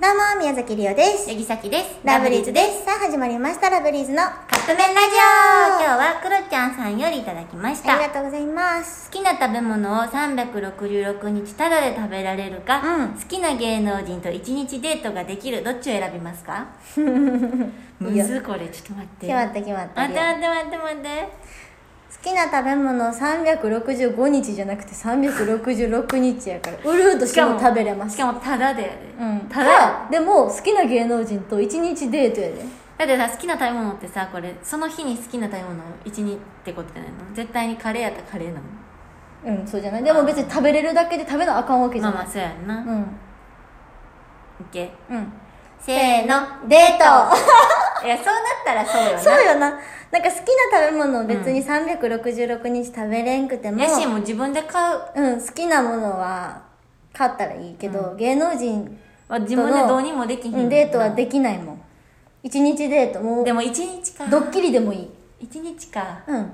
どうも、宮崎りおです。八木咲ですラブリーズです。さあ、始まりました、ラブリーズの。あカップ麺ラジオ今日はクロちゃんさんよりいただきましりたがとうございます。好きな食べ物を366日ただで食べられるか、うん好きな芸能人と1日デートができるどっちを選びま すかむずこれちょっと待って決まった決まった。待って待って待って待って好きな食べ物365日じゃなくて366日やから、うるうとしても食べれます。しかもただでやで、うん。ただかでも、好きな芸能人と一日デートやで。だってさ好きな食べ物ってさこれその日に好きな食べ物を1日ってことじゃないの絶対にカレーやったらカレーなのうん、そうじゃない。でも別に食べれるだけで食べなあかんわけじまゃあなまいあ。そうやんな、うオッん。ケーうん。せーのデートいやそうなったらそうよ なそうよな。なんか好きな食べ物を別に366日食べれんくても、やしもう自分で買ううん、好きなものは買ったらいいけど、芸能人、は自分でどうにもできひんうん、デートはできないもん一日デートもうでも一日かドッキリでもいい一日かうん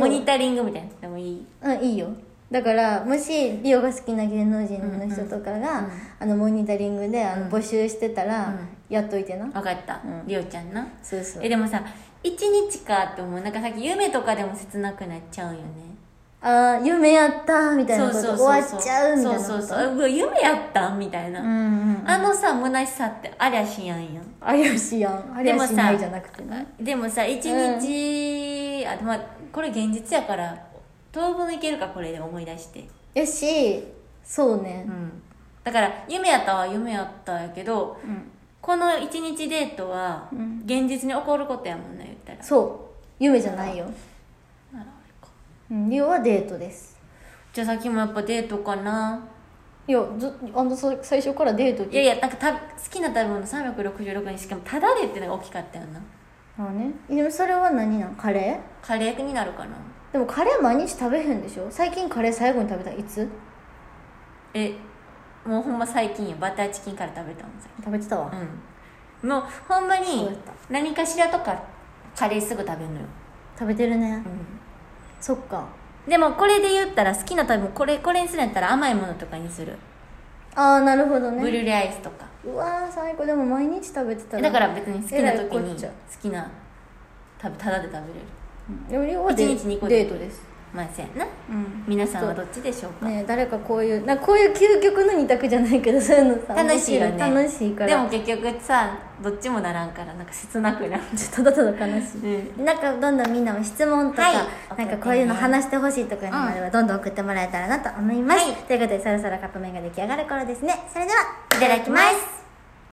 モニタリングみたいなのでもいいうんいいよだからもしリオが好きな芸能人の人とかが、あのモニタリングであの募集してたら、やっといてな、分かった、うんりょうちゃんなそうそうえでもさ一日かって思うなんかさっき夢とかでも切なくなっちゃうよねああ夢やったみたいなそうことそうそう終わっちゃうみたいなことそうそうそううわ夢やったみたいな、うんうんあのさ虚しさってありゃしやんやんありゃしやんありでゃもさしないじゃなくてねでもさ一日、あでもまあこれ現実やから当分いけるかこれで思い出してよしそうねうんだから夢やったは夢やったやけど、この一日デートは現実に起こることやもんね言ったらそう夢じゃないよなるほどうんリオはデートですじゃあさっきもやっぱデートかないやずあのそ最初からデートっていやいやなんかた好きな食べ物366にしかもタダでってのが大きかったよなまあねでもそれは何なんカレカレーになるかなーでもカレー毎日食べへんでしょ最近カレー最後に食べたのいつえもうほんま最近やバターチキンから食べたもんさ食べてたわうんもうほんまそうにやった何かしらとかカレーすぐ食べるのよ、食べてるねうんそっかでもこれで言ったら好きな食べ物これこれにするんやったら甘いものとかにする、ああなるほどブルねーレアイスとかうわー最高でも毎日食べてただから別に好きな時えらいこにっちゃ好きな食べただで食べれるよりはデ一日二個でデートですまあせやなうん皆さんはどっちでしょうか、ねえ誰かこういうなんかこういう究極の二択じゃないけどそういうのさ楽しいよね面白楽しいからでも結局さどっちもならんからなんか切なくなる、 ちょっとただただ悲しいうん、なんかどんどんみんなも質問とか、はいなんかこういうの話してほしいとかにもあればどんどん送ってもらえたらなと思います、はいということでそろそろカップ麺が出来上がる頃ですねそれではいただきます